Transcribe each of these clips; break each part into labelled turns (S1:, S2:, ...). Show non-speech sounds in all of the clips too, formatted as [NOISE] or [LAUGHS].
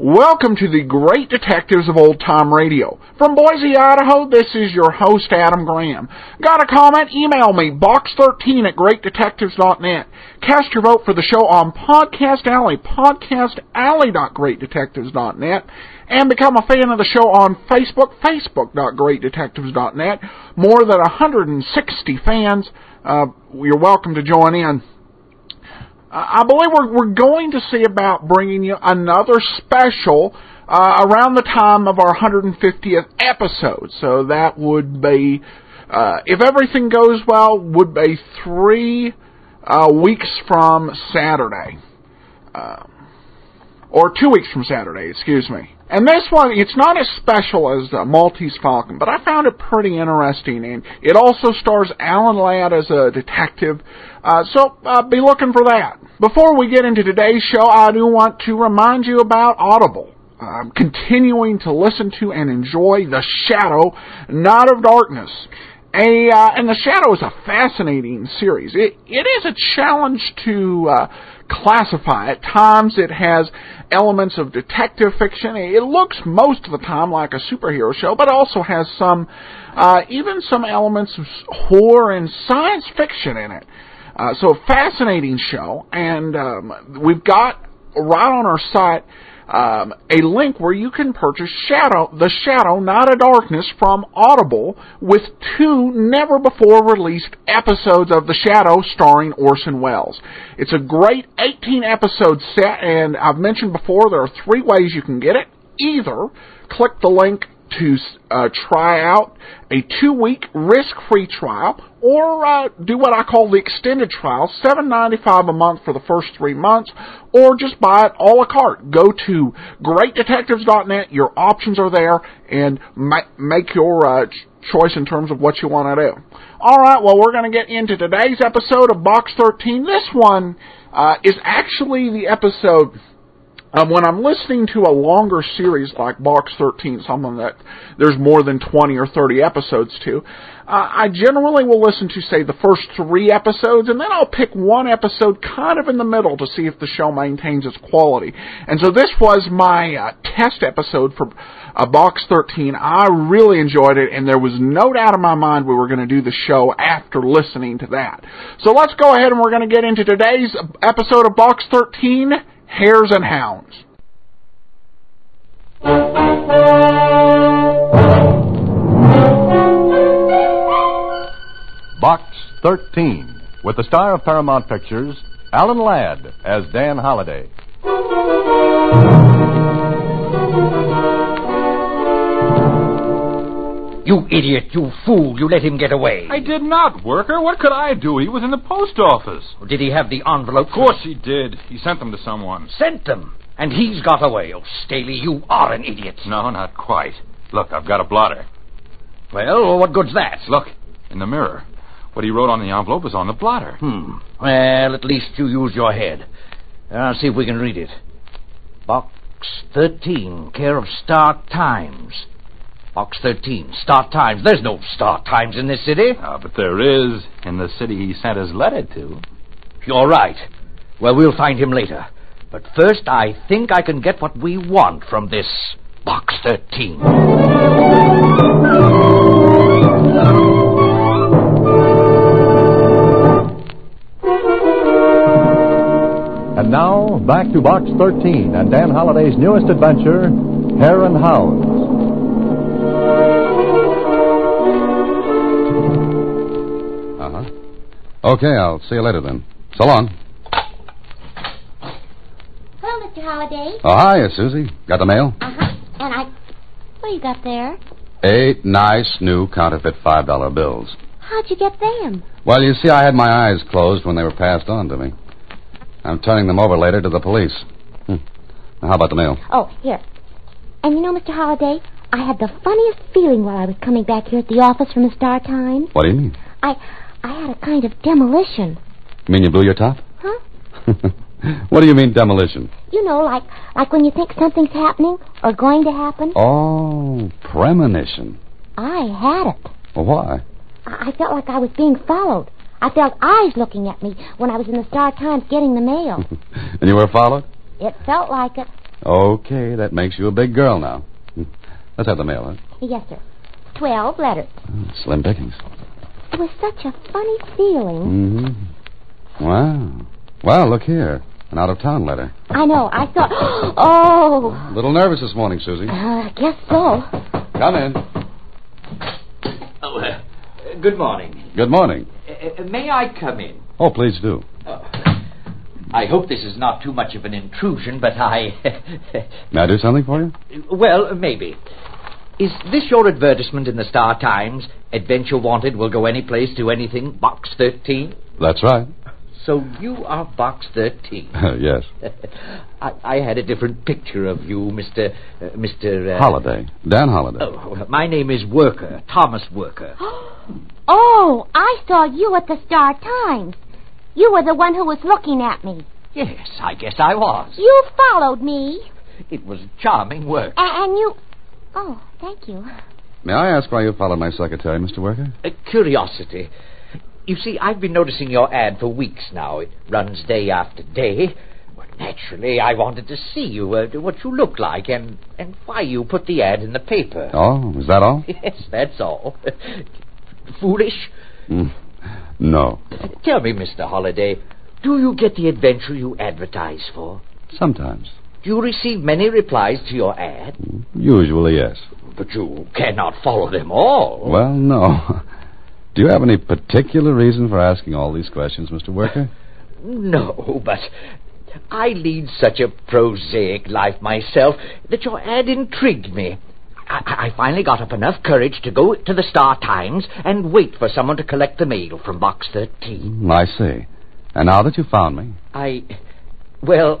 S1: Welcome to the Great Detectives of Old Time Radio. From Boise, Idaho, this is your host, Adam Graham. Got a comment? Email me, box13 at greatdetectives.net. Cast your vote for the show on Podcast Alley, podcastalley.greatdetectives.net. And become a fan of the show on Facebook, facebook.greatdetectives.net. More than 160 fans. Uh, you're welcome to join in. I believe we're, we're going to see about bringing you another special uh, around the time of our 150th episode. So that would be, uh, if everything goes well, would be three uh, weeks from Saturday. Uh, or two weeks from Saturday, excuse me. And this one, it's not as special as the Maltese Falcon, but I found it pretty interesting. And it also stars Alan Ladd as a detective, uh, so uh, be looking for that. Before we get into today's show, I do want to remind you about Audible. Um, continuing to listen to and enjoy The Shadow, not of Darkness. A, uh, and The Shadow is a fascinating series. It, it is a challenge to uh, classify. At times it has elements of detective fiction. It looks most of the time like a superhero show, but also has some, uh, even some elements of horror and science fiction in it. Uh, so a fascinating show, and um, we've got right on our site um, a link where you can purchase Shadow, The Shadow, Not a Darkness from Audible with two never before released episodes of The Shadow starring Orson Welles. It's a great 18 episode set, and I've mentioned before there are three ways you can get it. Either click the link to uh, try out a two week risk free trial or uh, do what I call the extended trial, seven ninety five a month for the first three months, or just buy it a la carte. Go to greatdetectives.net. Your options are there, and ma- make your uh, choice in terms of what you want to do. All right, well we're going to get into today's episode of Box Thirteen. This one uh, is actually the episode. Um, when I'm listening to a longer series like Box 13, something that there's more than 20 or 30 episodes to, uh, I generally will listen to, say, the first three episodes, and then I'll pick one episode kind of in the middle to see if the show maintains its quality. And so this was my uh, test episode for uh, Box 13. I really enjoyed it, and there was no doubt in my mind we were going to do the show after listening to that. So let's go ahead and we're going to get into today's episode of Box 13. Hares and Hounds.
S2: Box 13, with the star of Paramount Pictures, Alan Ladd, as Dan Holliday.
S3: You idiot, you fool, you let him get away.
S4: I did not, Worker. What could I do? He was in the post office.
S3: Did he have the envelope?
S4: Of course he did. He sent them to someone.
S3: Sent them. And he's got away. Oh, Staley, you are an idiot.
S4: No, not quite. Look, I've got a blotter.
S3: Well, what good's that?
S4: Look, in the mirror. What he wrote on the envelope was on the blotter.
S3: Hmm. Well, at least you used your head. I'll see if we can read it. Box 13, care of Star Times. Box 13, Star Times. There's no Star Times in this city.
S4: Ah, but there is in the city he sent his letter to.
S3: You're right. Well, we'll find him later. But first, I think I can get what we want from this Box 13.
S2: And now, back to Box 13 and Dan Holliday's newest adventure, Hare and Hounds.
S5: Uh huh. Okay, I'll see you later then. So long.
S6: Hello, Mr. Holliday.
S5: Oh, hiya, Susie. Got the mail?
S6: Uh huh. And I. What you got there?
S5: Eight nice new counterfeit $5 bills.
S6: How'd you get them?
S5: Well, you see, I had my eyes closed when they were passed on to me. I'm turning them over later to the police. Hmm. Now, how about the mail?
S6: Oh, here. And you know, Mr. Holliday, I had the funniest feeling while I was coming back here at the office from the Star Times.
S5: What do you mean?
S6: I I had a kind of demolition.
S5: You mean you blew your top?
S6: Huh?
S5: [LAUGHS] what do you mean demolition?
S6: You know, like like when you think something's happening or going to happen.
S5: Oh, premonition.
S6: I had it.
S5: Well, why? [LAUGHS]
S6: I, I felt like I was being followed. I felt eyes looking at me when I was in the Star Times getting the mail.
S5: And you were followed?
S6: it felt like it.
S5: Okay, that makes you a big girl now. Let's have the mail, huh?
S6: Yes, sir. Twelve letters.
S5: Slim pickings.
S6: It was such a funny feeling.
S5: Mm-hmm. Wow. Well, look here. An out-of-town letter.
S6: I know. I thought, [GASPS] oh,
S5: A little nervous this morning, Susie.
S6: uh, I guess so.
S5: Come in.
S3: Oh, uh, good morning.
S5: Good morning.
S3: Uh, uh, may I come in?
S5: Oh, please do.
S3: Oh, I hope this is not too much of an intrusion, but I. [LAUGHS]
S5: May I do something for you?
S3: well, uh, maybe. Is this your advertisement in the Star Times? Adventure wanted will go any place to anything. Box 13?
S5: That's right. [LAUGHS]
S3: So you are Box 13.
S5: yes.
S3: [LAUGHS] I, I had a different picture of you, Mr. Uh, Mr. Uh,
S5: Holiday. Dan Holiday.
S3: Oh, my name is Worker, Thomas Worker.
S6: Oh, I saw you at the Star Times. You were the one who was looking at me.
S3: Yes, I guess I was.
S6: You followed me,
S3: It was charming work.
S6: a- and you. Oh, thank you.
S5: May I ask why you followed my secretary, Mr. Worker?
S3: A Uh, curiosity. You see, I've been noticing your ad for weeks now. It runs day after day. Well, naturally, I wanted to see you, uh, what you look like, and, and why you put the ad in the paper.
S5: Oh, is that all?
S3: [LAUGHS] Yes, that's all. [LAUGHS] Foolish.
S5: Mm. No.
S3: Tell me, Mr. Holliday, do you get the adventure you advertise for?
S5: Sometimes.
S3: Do you receive many replies to your ad?
S5: Usually, yes.
S3: But you cannot follow them all.
S5: Well, no. Do you have any particular reason for asking all these questions, Mr. Worker?
S3: No, but I lead such a prosaic life myself that your ad intrigued me. I, I finally got up enough courage to go to the Star Times and wait for someone to collect the mail from Box 13.
S5: I see. And now that you found me,
S3: I. Well,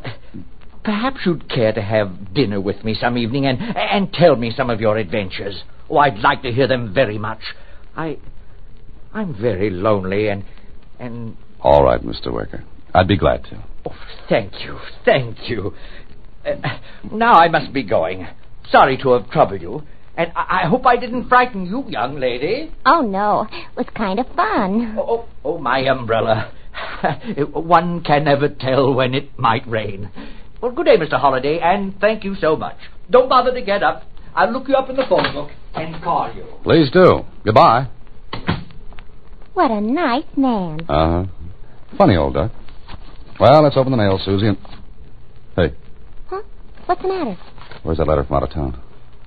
S3: perhaps you'd care to have dinner with me some evening and, and tell me some of your adventures. Oh, I'd like to hear them very much. I. I'm very lonely and. and
S5: all right, Mr. Worker. I'd be glad to.
S3: Oh, thank you, thank you. Uh, now I must be going. Sorry to have troubled you. And I, I hope I didn't frighten you, young lady.
S6: Oh no, it was kind of fun.
S3: Oh, oh, oh, my umbrella. [LAUGHS] One can never tell when it might rain. Well, good day, Mr. Holliday, and thank you so much. Don't bother to get up. I'll look you up in the phone book and call you.
S5: Please do. Goodbye.
S6: What a nice man.
S5: Uh huh. Funny old duck. Well, let's open the mail, Susie. And... Hey,
S6: Huh? What's the matter?
S5: where's that letter from out of town?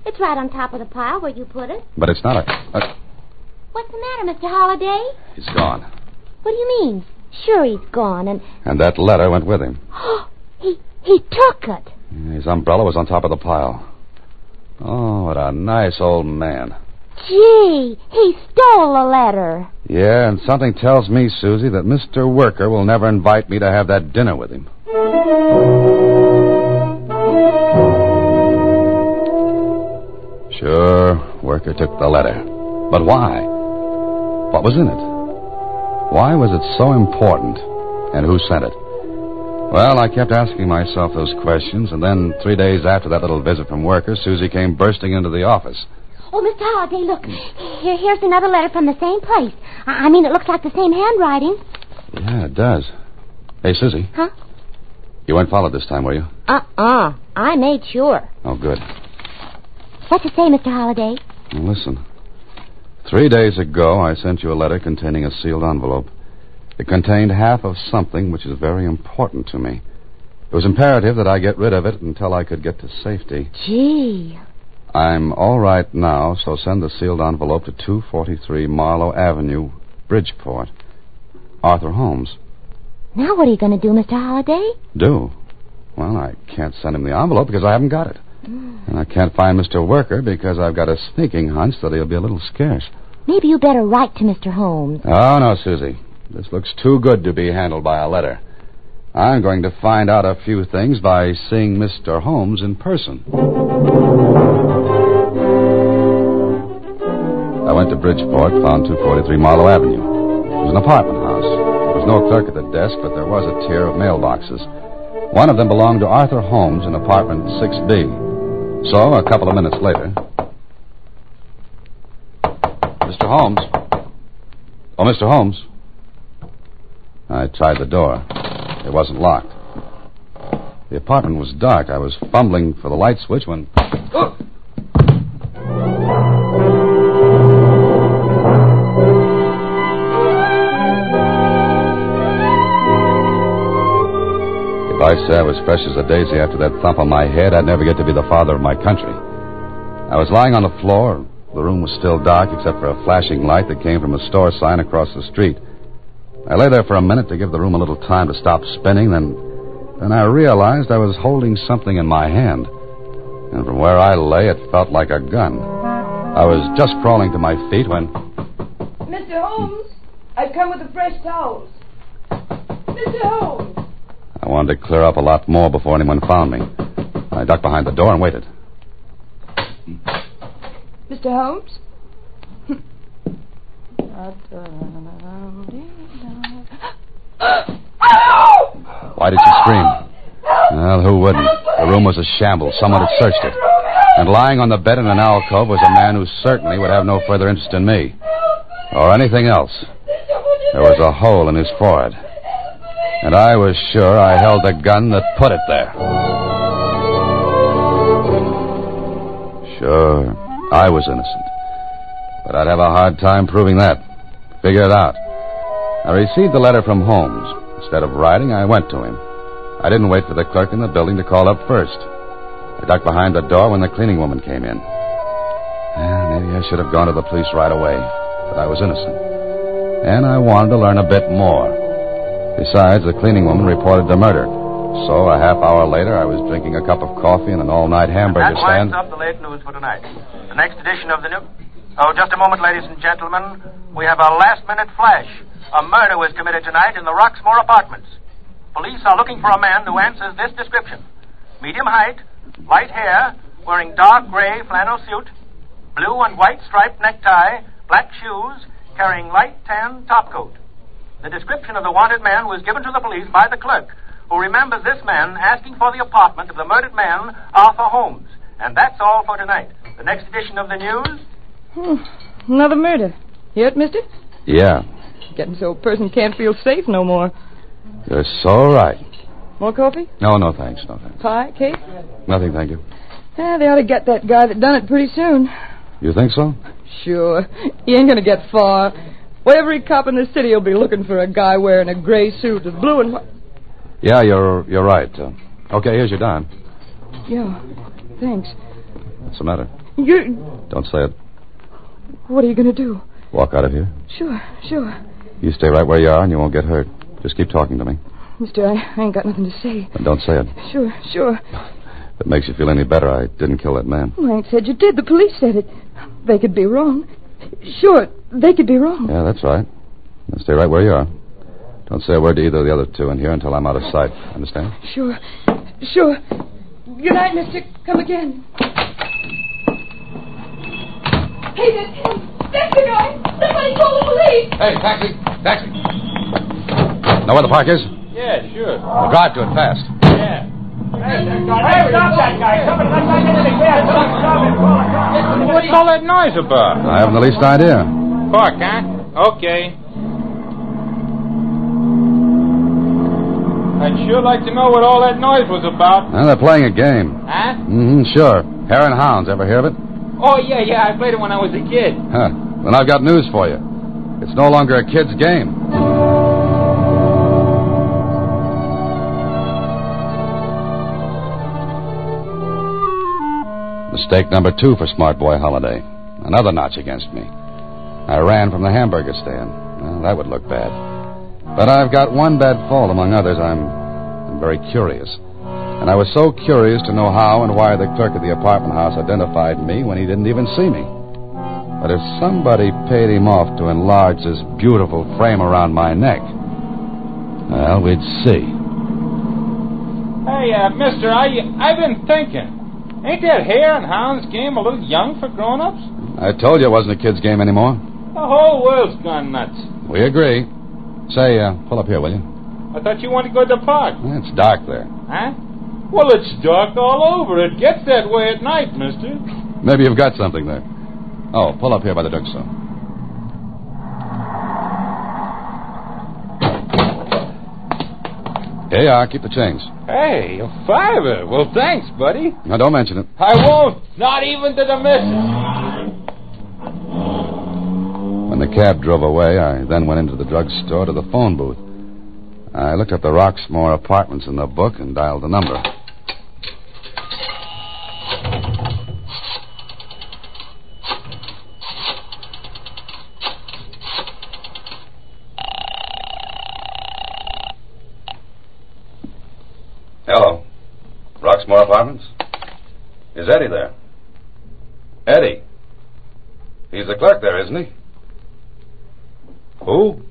S6: It's right on top of the pile where you put it.
S5: But it's not a. a...
S6: What's the matter, Mr. Holliday?
S5: He's gone.
S6: What do you mean? Sure, he's gone, and [GASPS]
S5: And that letter went with him.
S6: he he took it.
S5: His umbrella was on top of the pile. Oh, what a nice old man.
S6: Gee, he stole a letter.
S5: Yeah, and something tells me, Susie, that Mr. Worker will never invite me to have that dinner with him. Sure, Worker took the letter. But why? What was in it? Why was it so important? And who sent it? Well, I kept asking myself those questions, and then three days after that little visit from Worker, Susie came bursting into the office.
S6: Oh, Mr. Holliday, look. Here, here's another letter from the same place. I, I mean, it looks like the same handwriting.
S5: Yeah, it does. Hey, Susie.
S6: Huh?
S5: You weren't followed this time, were you?
S6: Uh-uh. I made sure.
S5: Oh, good.
S6: What's it say, Mr. Holliday?
S5: Now, listen. Three days ago, I sent you a letter containing a sealed envelope. It contained half of something which is very important to me. It was imperative that I get rid of it until I could get to safety.
S6: Gee.
S5: I'm all right now, so send the sealed envelope to 243 Marlow Avenue, Bridgeport. Arthur Holmes.
S6: Now what are you going to do, Mr. Holliday?
S5: Do? Well, I can't send him the envelope because I haven't got it. And I can't find Mr. Worker because I've got a sneaking hunch that he'll be a little scarce.
S6: Maybe you better write to Mr. Holmes.
S5: Oh, no, Susie. This looks too good to be handled by a letter. I'm going to find out a few things by seeing Mr. Holmes in person. went to Bridgeport, found 243 Marlow Avenue. It was an apartment house. There was no clerk at the desk, but there was a tier of mailboxes. One of them belonged to Arthur Holmes in apartment 6B. So, a couple of minutes later. Mr. Holmes. Oh, Mr. Holmes. I tried the door. It wasn't locked. The apartment was dark. I was fumbling for the light switch when. If I say I was fresh as a daisy after that thump on my head, I'd never get to be the father of my country. I was lying on the floor. The room was still dark except for a flashing light that came from a store sign across the street. I lay there for a minute to give the room a little time to stop spinning, then then I realized I was holding something in my hand. And from where I lay, it felt like a gun. I was just crawling to my feet when.
S7: Mr. Holmes, I've come with the fresh towels. Mr. Holmes!
S5: I wanted to clear up a lot more before anyone found me. I ducked behind the door and waited.
S7: Mr. Holmes? Ow!
S5: Why did she scream? Well, who wouldn't? The room was a shambles. Someone had searched it. And lying on the bed in an alcove was a man who certainly would have no further interest in me or anything else. There was a hole in his forehead. And I was sure I held the gun that put it there. Sure, I was innocent. But I'd have a hard time proving that. Figure it out. I received the letter from Holmes. Instead of writing, I went to him. I didn't wait for the clerk in the building to call up first. I ducked behind the door when the cleaning woman came in. Eh, maybe I should have gone to the police right away, but I was innocent. And I wanted to learn a bit more. Besides, the cleaning woman reported the murder. So a half hour later, I was drinking a cup of coffee in an all night hamburger
S8: That
S5: stand.
S8: winds up the late news for tonight. The next edition of the new. Oh, just a moment, ladies and gentlemen. We have a last minute flash. A murder was committed tonight in the Roxmore Apartments. Police are looking for a man who answers this description medium height, light hair, wearing dark gray flannel suit, blue and white striped necktie, black shoes, carrying light tan topcoat. The description of the wanted man was given to the police by the clerk, who remembers this man asking for the apartment of the murdered man, Arthur Holmes. And that's all for tonight. The next edition of the news.
S7: Another murder. Hear it, mister?
S5: Yeah,
S7: Getting so a person can't feel safe no more.
S5: you're so right.
S7: More coffee?
S5: No, no thanks, no thanks.
S7: Pie? Cake?
S5: Nothing, thank you.
S7: Yeah, they ought to get that guy that done it pretty soon.
S5: You think so?
S7: Sure. He ain't gonna get far. Well, every cop in the city will be looking for a guy wearing a gray suit with blue and white.
S5: Yeah, you're you're right. Uh, okay, here's your dime.
S7: Yeah, thanks.
S5: What's the matter?
S7: You.
S5: Don't say it.
S7: What are you gonna do?
S5: Walk out of here.
S7: Sure, sure.
S5: You stay right where you are, and you won't get hurt. Just keep talking to me,
S7: Mister, I, I ain't got nothing to say.
S5: and don't say it.
S7: Sure, sure.
S5: If it makes you feel any better, I didn't kill that man.
S7: I ain't said you did. The police said it. They could be wrong. Sure, they could be wrong.
S5: Yeah, that's right. Now stay right where you are. Don't say a word to either of the other two in here until I'm out of sight. Understand?
S7: Sure, sure. Good night, mister. Come again. Hey, that's him. That's the guy. Somebody call the police.
S5: Hey, taxi, taxi. Know where the park is?
S9: Yeah, sure.
S5: Well, drive to it fast.
S9: Yeah.
S8: Hey, stop that guy. Somebody let that into the gas. Stop him.
S9: What's all that noise about?
S5: I haven't the least idea.
S9: Park, huh? Okay. I'd sure like to know what all that noise was about.
S5: Now they're playing a game.
S9: Huh?
S5: Mm-hmm, sure. Hare and hounds. Ever hear of it?
S9: Oh, yeah, yeah. I played it when I was a kid.
S5: Huh. Then I've got news for you. It's no longer a kid's game. Mistake number two for Smart Boy Holiday. Another notch against me. I ran from the hamburger stand. Well, that would look bad. But I've got one bad fault among others. I'm, I'm very curious. And I was so curious to know how and why the clerk of the apartment house identified me when he didn't even see me. But if somebody paid him off to enlarge this beautiful frame around my neck, well, we'd see.
S9: Hey, uh, mister, I, I've been thinking.
S7: Ain't that hare and hounds game a little young for grown-ups?
S5: I told you it wasn't a kid's game anymore.
S7: The whole world's gone nuts.
S5: We agree. Say, uh, pull up here, will you?
S7: I thought you wanted to go to the park,
S5: It's dark there.
S7: huh? Well, it's dark all over. It gets that way at night, mister.
S5: Maybe you've got something there. Oh, pull up here by the drugstore. Here you are. Keep the change.
S7: Hey, a fiver. Well, thanks, buddy.
S5: Now, don't mention it.
S7: I won't. Not even to the missus.
S5: When the cab drove away, I then went into the drugstore to the phone booth. I looked up the Roxmore apartments in the book and dialed the number. Hello. Roxmore Apartments? Is Eddie there? Eddie? He's the clerk there, isn't he? Who?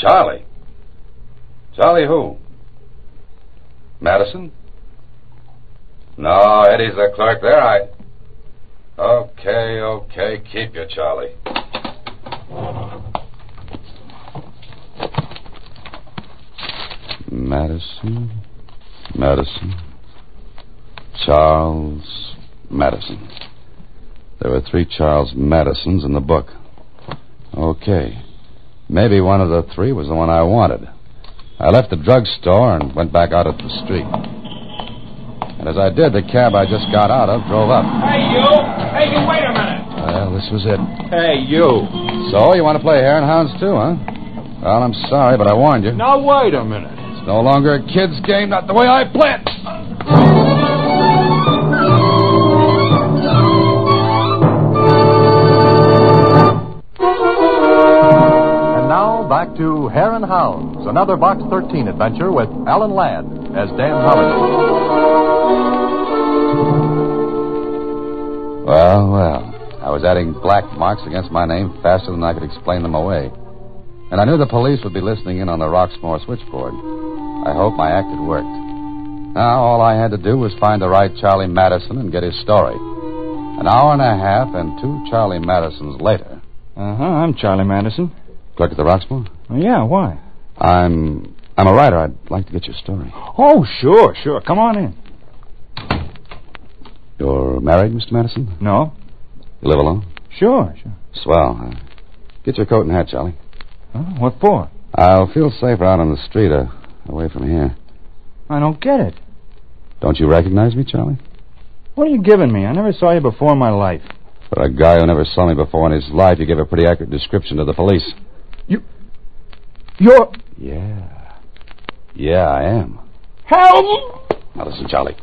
S5: Charlie. Charlie who? Madison? No, Eddie's the clerk there. I. Okay, okay. Keep your Charlie. Madison. Madison. Charles Madison. There were three Charles Madisons in the book. Okay. Maybe one of the three was the one I wanted. I left the drugstore and went back out at the street. And as I did, the cab I just got out of drove up.
S7: Hey, you. Hey, you, wait a minute.
S5: Well, this was it.
S7: Hey, you.
S5: So, you want to play Hare and Hounds, too, huh? Well, I'm sorry, but I warned you.
S7: Now, wait a minute.
S5: It's no longer a kid's game, not the way I play it.
S10: And now back to Hare and Hounds, another Box 13 adventure with Alan Ladd as Dan Holliday.
S5: Well, well. I was adding black marks against my name faster than I could explain them away. And I knew the police would be listening in on the Roxmore switchboard. I hope my act had worked. Now, all I had to do was find the right Charlie Madison and get his story. An hour and a half and two Charlie Madisons later.
S1: Uh huh. I'm Charlie Madison.
S5: Clerk at the Roxmore?
S1: Oh, yeah. Why?
S5: I'm. I'm a writer. I'd like to get your story.
S1: Oh, sure, sure. Come on in.
S5: You're married, Mr. Madison?
S1: No.
S5: You live alone?
S1: Sure, sure.
S5: Swell. huh? Get your coat and hat, Charlie.
S1: Huh? What for?
S5: I'll feel safer out on the street, uh, away from here.
S1: I don't get it.
S5: Don't you recognize me, Charlie?
S1: What are you giving me? I never saw you before in my life.
S5: For a guy who never saw me before in his life, you gave a pretty accurate description to the police.
S1: You're.
S5: Yeah. Yeah, I am.
S1: Help!
S5: Now listen, Charlie.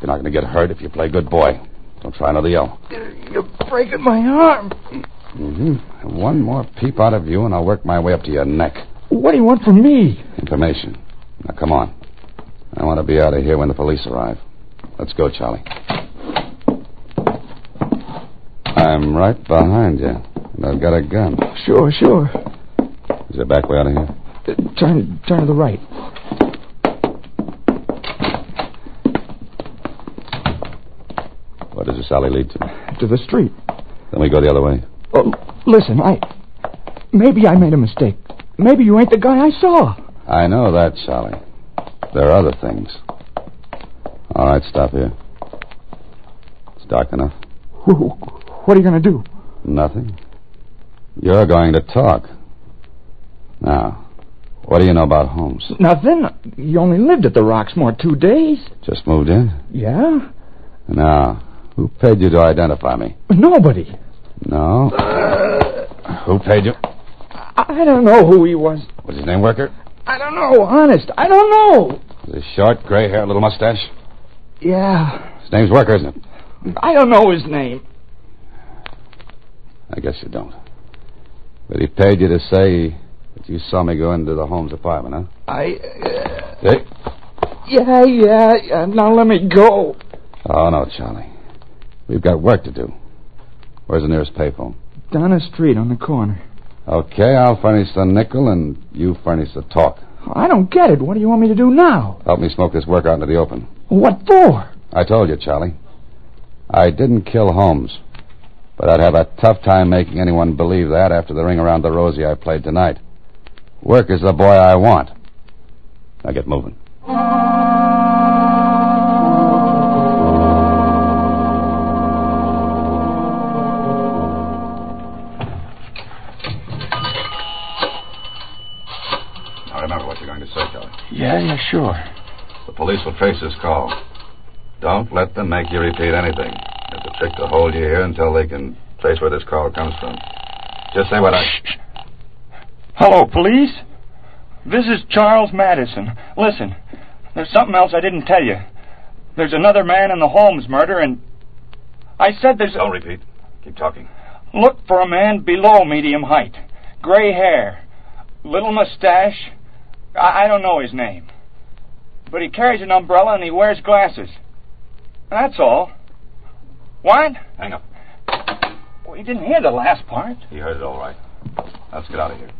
S5: You're not going to get hurt if you play good boy. Don't try another yell.
S1: You're breaking my arm.
S5: Mm-hmm. One more peep out of you, and I'll work my way up to your neck.
S1: What do you want from me?
S5: Information. Now, come on. I want to be out of here when the police arrive. Let's go, Charlie. I'm right behind you, and I've got a gun.
S1: Sure, sure.
S5: Is there a back way out of here?
S1: Uh, turn, turn to the right.
S5: Where does this alley lead to?
S1: To the street.
S5: Then we go the other way.
S1: Oh, listen, I. Maybe I made a mistake. Maybe you ain't the guy I saw.
S5: I know that, Charlie. There are other things. All right, stop here. It's dark enough.
S1: Wh- wh- What are you going to do?
S5: Nothing. You're going to talk. Now, what do you know about Holmes?
S1: Nothing. You only lived at the Roxmore two days.
S5: Just moved in?
S1: Yeah?
S5: Now, who paid you to identify me?
S1: Nobody.
S5: No. who paid you?
S1: I don't know who he was.
S5: What's his name, Worker?
S1: I don't know, honest. I don't know.
S5: Is he short, gray hair, little mustache?
S1: Yeah.
S5: His name's Worker, isn't it?
S1: I don't know his name.
S5: I guess you don't. But he paid you to say that you saw me go into the Holmes apartment,
S1: I. Uh,
S5: huh? Hey.
S1: yeah, yeah, yeah. Now let me go.
S5: Oh, no, Charlie. We've got work to do. Where's the nearest payphone?
S1: Down the street on the corner.
S5: Okay, I'll furnish the nickel and you furnish the talk.
S1: I don't get it. What do you want me to do now?
S5: Help me smoke this work out into the open.
S1: What for?
S5: I told you, Charlie. I didn't kill Holmes, but I'd have a tough time making anyone believe that after the ring around the rosy I played tonight. Work is the boy I want. Now get moving.
S11: Now remember what you're going to say, Kelly.
S12: Yeah, yeah, sure.
S11: The police will trace this call. Don't let them make you repeat anything. It's a trick to hold you here until they can trace where this call comes from. Just say what I.
S12: Hello, police. This is Charles Madison. Listen, there's something else I didn't tell you. There's another man in the Holmes murder, and I said there's.
S11: Don't repeat. Keep talking.
S12: Look for a man below medium height, gray hair, little mustache. I, I don't know his name, but he carries an umbrella and he wears glasses. That's all. What?
S11: Hang up.
S12: Well, you didn't hear the last part.
S11: He heard it all right. Let's get out of here.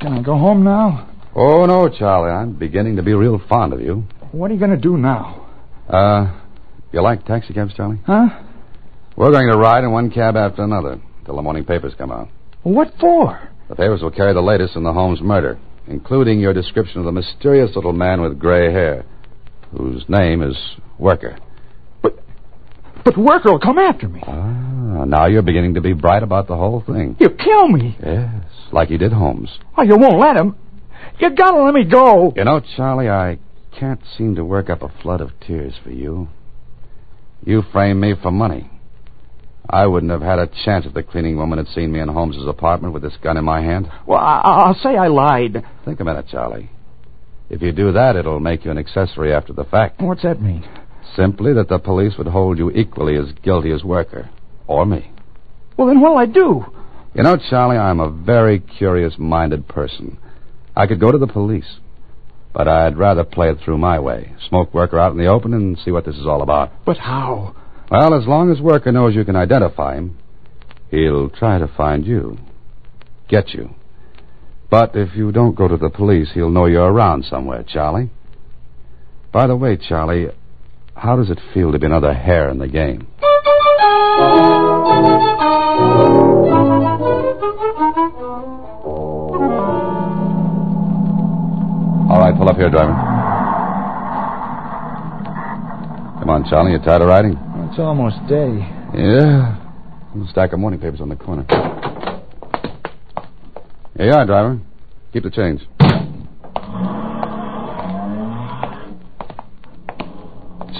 S13: Can I go home now?
S5: Oh, no, Charlie. I'm beginning to be real fond of you.
S13: What are you going to do now?
S5: Uh, you like taxicabs, Charlie?
S13: Huh?
S5: We're going to ride in one cab after another till the morning papers come out.
S13: What for?
S5: The papers will carry the latest in the Holmes murder, including your description of the mysterious little man with gray hair, whose name is Worker.
S13: But Worker will come after me.
S5: Ah, now you're beginning to be bright about the whole
S11: [LAUGHS]
S5: thing.
S13: He'll kill me.
S5: Yes, like he did Holmes.
S13: Oh, you won't let him. You gotta let me go.
S5: You know, Charlie, I can't seem to work up a flood of tears for you. You framed me for money. I wouldn't have had a chance if the cleaning woman had seen me in Holmes's apartment with this gun in my hand.
S13: Well, I, I'll say I lied.
S5: Think a minute, Charlie. If you do that, it'll make you an accessory after the fact.
S13: What's that mean?
S5: Simply that the police would hold you equally as guilty as Worker or me.
S13: Well, then what'll I do?
S5: You know, Charlie, I'm a very curious minded person. I could go to the police, but I'd rather play it through my way. Smoke Worker out in the open and see what this is all about.
S13: But how?
S5: Well, as long as Worker knows you can identify him, he'll try to find you, get you. But if you don't go to the police, he'll know you're around somewhere, Charlie. By the way, Charlie, how does it feel to be another hair in the game? All right, pull up here, driver. Come on, Charlie, you tired of riding?
S13: It's almost day.
S5: Yeah. There's a stack of morning papers on the corner. Here you are, driver. Keep the change.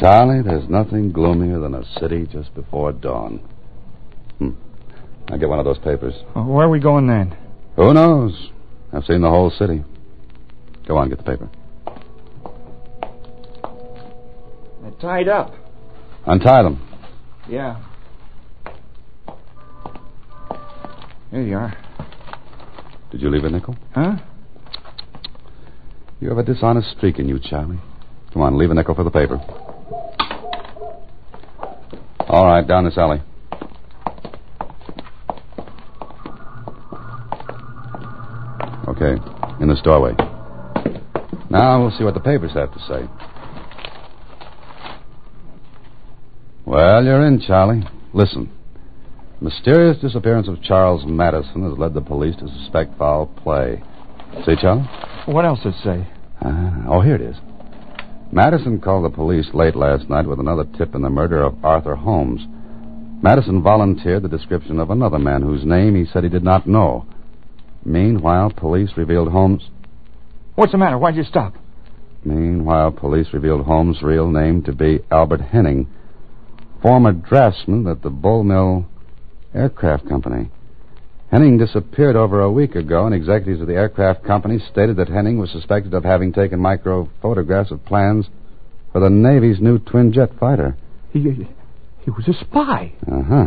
S5: Charlie, there's nothing gloomier than a city just before dawn. Hmm. I'll get one of those papers.
S13: Uh, Where are we going then?
S5: Who knows? I've seen the whole city. Go on, get the paper.
S13: They're tied up.
S5: Untie them.
S13: Yeah. Here you are.
S5: Did you leave a nickel?
S13: Huh?
S5: You have a dishonest streak in you, Charlie. Come on, leave a nickel for the paper. All right, down this alley. Okay, in this doorway. Now we'll see what the papers have to say. Well, you're in, Charlie. Listen. Mysterious disappearance of Charles Madison has led the police to suspect foul play. See, Charlie?
S13: What else does it say?
S5: Ah, oh, here it is. Madison called the police late last night with another tip in the murder of Arthur Holmes. Madison volunteered the description of another man whose name he said he did not know. Meanwhile, police revealed Holmes.
S13: What's the matter? Why'd you stop?
S5: Meanwhile, police revealed Holmes' real name to be Albert Henning, former draftsman at the Bull Mill Aircraft Company. Henning disappeared over a week ago, and executives of the aircraft company stated that Henning was suspected of having taken micro photographs of plans for the Navy's new twin jet fighter.
S13: He, he was a spy.
S5: Uh huh.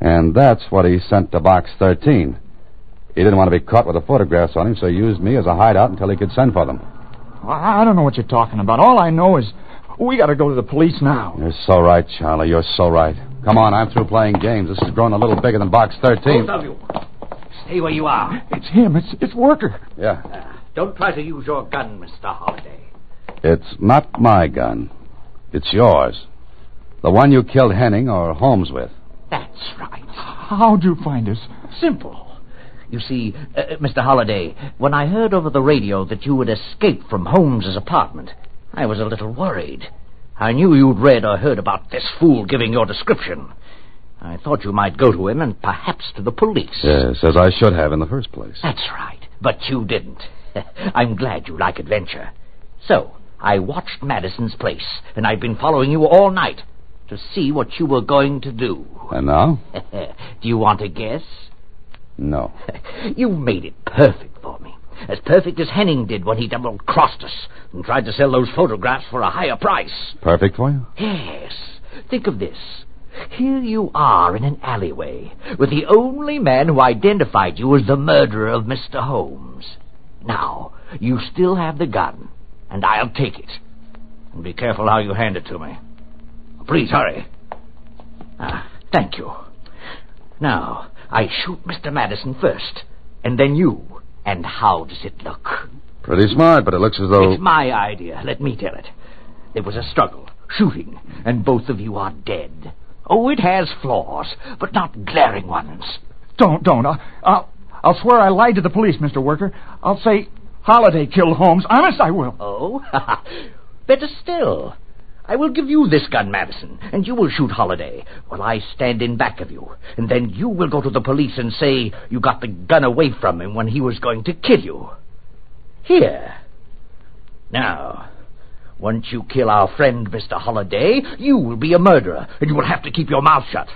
S5: And that's what he sent to Box 13. He didn't want to be caught with the photographs on him, so he used me as a hideout until he could send for them.
S13: I I don't know what you're talking about. All I know is we got to go to the police now.
S5: You're so right, Charlie. You're so right. Come on, I'm through playing games. This is growing a little bigger than Box 13.
S3: Both of you, stay where you are.
S13: It's him. It's it's Worker.
S5: Yeah.
S3: Don't try to use your gun, Mr. Holliday.
S5: It's not my gun. It's yours. The one you killed Henning or Holmes with.
S3: That's right.
S13: How'd you find us?
S3: Simple. You see, uh, Mr. Holliday, when I heard over the radio that you had escaped from Holmes's apartment, I was a little worried. I knew you'd read or heard about this fool giving your description. I thought you might go to him and perhaps to the police.
S5: Yes, as I should have in the first place.
S3: That's right, but you didn't. [LAUGHS] I'm glad you like adventure. So, I watched Madison's place, and I've been following you all night to see what you were going to do. [LAUGHS]
S5: And now?
S3: Do you want a guess?
S5: No.
S3: You made it perfect for me. As perfect as Henning did when he double crossed us and tried to sell those photographs for a higher price.
S5: Perfect for you?
S3: Yes. Think of this. Here you are in an alleyway with the only man who identified you as the murderer of Mr. Holmes. Now, you still have the gun, and I'll take it. And be careful how you hand it to me. Please hurry. Ah, thank you. Now, I shoot Mr. Madison first, and then you. And how does it look?
S5: Pretty smart, but it looks as though.
S3: It's my idea, let me tell it. There was a struggle, shooting, and both of you are dead. Oh, it has flaws, but not glaring ones.
S13: Don't, don't. I'll, I'll, I'll swear I lied to the police, Mr. Worker. I'll say Holiday killed Holmes. Honest, I will.
S3: Oh? [LAUGHS] Better still. I will give you this gun, Madison, and you will shoot Holliday, while I stand in back of you. And then you will go to the police and say you got the gun away from him when he was going to kill you. Here. Now, once you kill our friend, Mr. Holliday, you will be a murderer, and you will have to keep your mouth shut.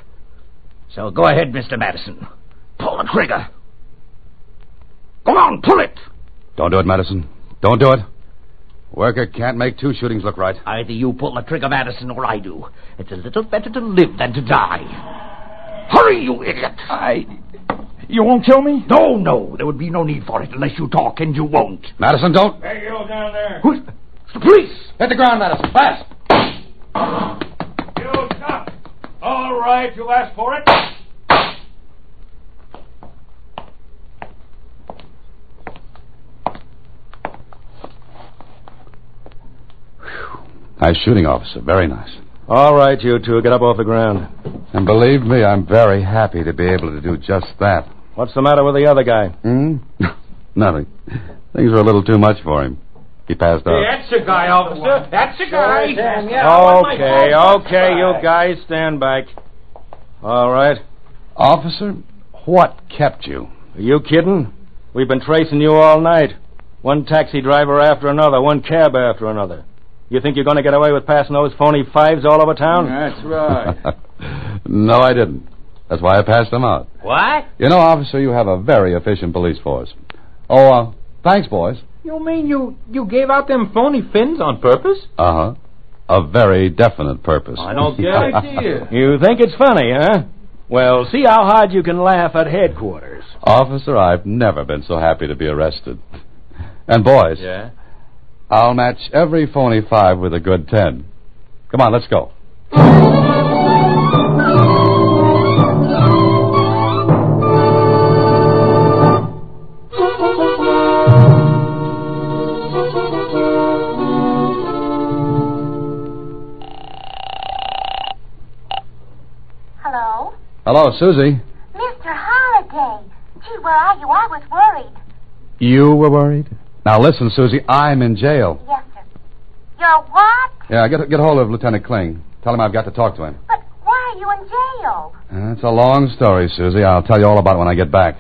S3: So go ahead, Mr. Madison. Pull the trigger. Go on, pull it!
S5: Don't do it, Madison. Don't do it. Worker can't make two shootings look right.
S3: Either you pull the trigger, Madison, or I do. It's a little better to live than to die. Hurry, you idiot!
S13: I. You won't kill me?
S3: No, no. There would be no need for it unless you talk, and you won't.
S5: Madison, don't.
S9: Hey, you down there.
S3: Who's. The police!
S5: Hit the ground, Madison. Fast.
S9: You stop. All right, you asked for it.
S5: Nice shooting, officer. Very nice.
S14: All right, you two, get up off the ground.
S5: And believe me, I'm very happy to be able to do just that.
S14: What's the matter with the other guy?
S5: Hmm? [LAUGHS] Nothing. Things were a little too much for him. He passed out.
S9: That's the guy, officer. That's the guy.
S14: okay, okay, you guys, stand back. All right.
S5: Officer, what kept you?
S14: Are you kidding? We've been tracing you all night. One taxi driver after another, one cab after another. You think you're going to get away with passing those phony fives all over town?
S9: That's right.
S5: [LAUGHS] no, I didn't. That's why I passed them out.
S3: What?
S5: You know, officer, you have a very efficient police force. Oh, uh, thanks, boys.
S9: You mean you you gave out them phony fins on purpose?
S5: Uh huh. A very definite purpose.
S9: I
S1: [LAUGHS]
S9: don't get it. I see it.
S14: You think it's funny, huh? Well, see how hard you can laugh at headquarters.
S5: [LAUGHS] Officer, I've never been so happy to be arrested. And boys,
S9: Yeah.
S5: I'll match every phony five with a good ten. Come on, let's go.
S6: Hello?
S5: Hello, Susie.
S6: Mr. Holliday. Gee, where are you? I was worried.
S5: You were worried? Now listen, Susie, I'm in jail.
S6: Yes, sir. You're what?
S5: Yeah, get get hold of Lieutenant Kling. Tell him I've got to talk to him.
S6: But why are you in jail?
S5: It's a long story, Susie. I'll tell you all about it when I get back.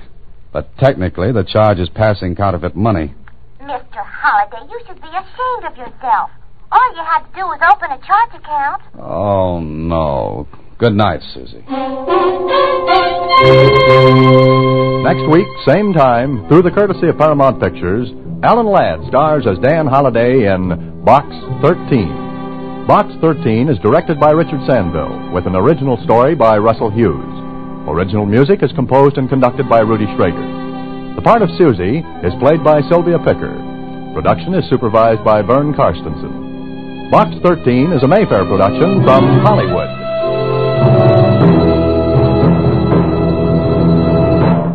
S5: But technically, the charge is passing counterfeit money.
S6: Mr. Holliday, you should be ashamed of yourself. All you had to do was open a charge account.
S5: Oh, no. Good night, Susie.
S2: Next week, same time, through the courtesy of Paramount Pictures, Alan Ladd stars as Dan Holliday in Box 13. Box 13 is directed by Richard Sandville, with an original story by Russell Hughes. Original music is composed and conducted by Rudy Schrager. The part of Susie is played by Sylvia Picker. Production is supervised by Vern Karstensen. Box 13 is a Mayfair production from Hollywood.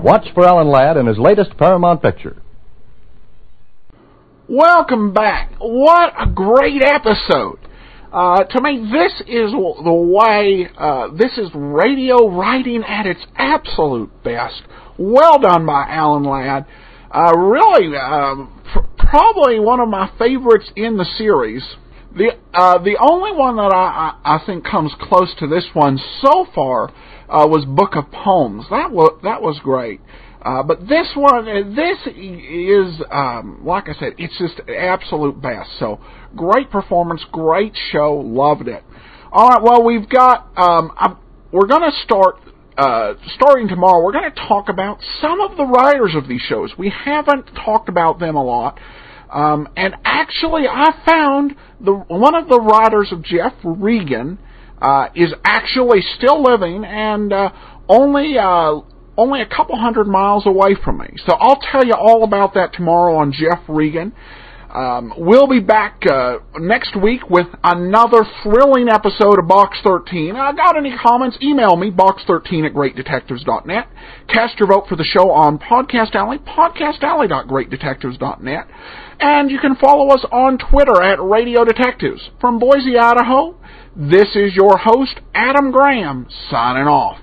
S2: Watch for Alan Ladd in his latest Paramount picture.
S1: Welcome back. What a great episode. Uh, to me, this is w- the way, uh, this is radio writing at its absolute best. Well done by Alan Ladd. Uh, really, um, pr- probably one of my favorites in the series. The, uh, the only one that I, I, I think comes close to this one so far uh, was Book of Poems. That was, that was great. Uh, but this one, uh, this is, um, like I said, it's just absolute best. So great performance, great show, loved it. All right, well we've got, um, i we're going to start. Uh, starting tomorrow, we're going to talk about some of the writers of these shows. We haven't talked about them a lot, um, and actually, I found the one of the writers of Jeff Regan uh, is actually still living and uh, only uh, only a couple hundred miles away from me. So I'll tell you all about that tomorrow on Jeff Regan. Um, we'll be back uh, next week with another thrilling episode of Box 13. Uh, got any comments? Email me, box13 at greatdetectives.net. Cast your vote for the show on Podcast Alley, podcastalley.greatdetectives.net. And you can follow us on Twitter at Radio Detectives. From Boise, Idaho, this is your host, Adam Graham, signing off.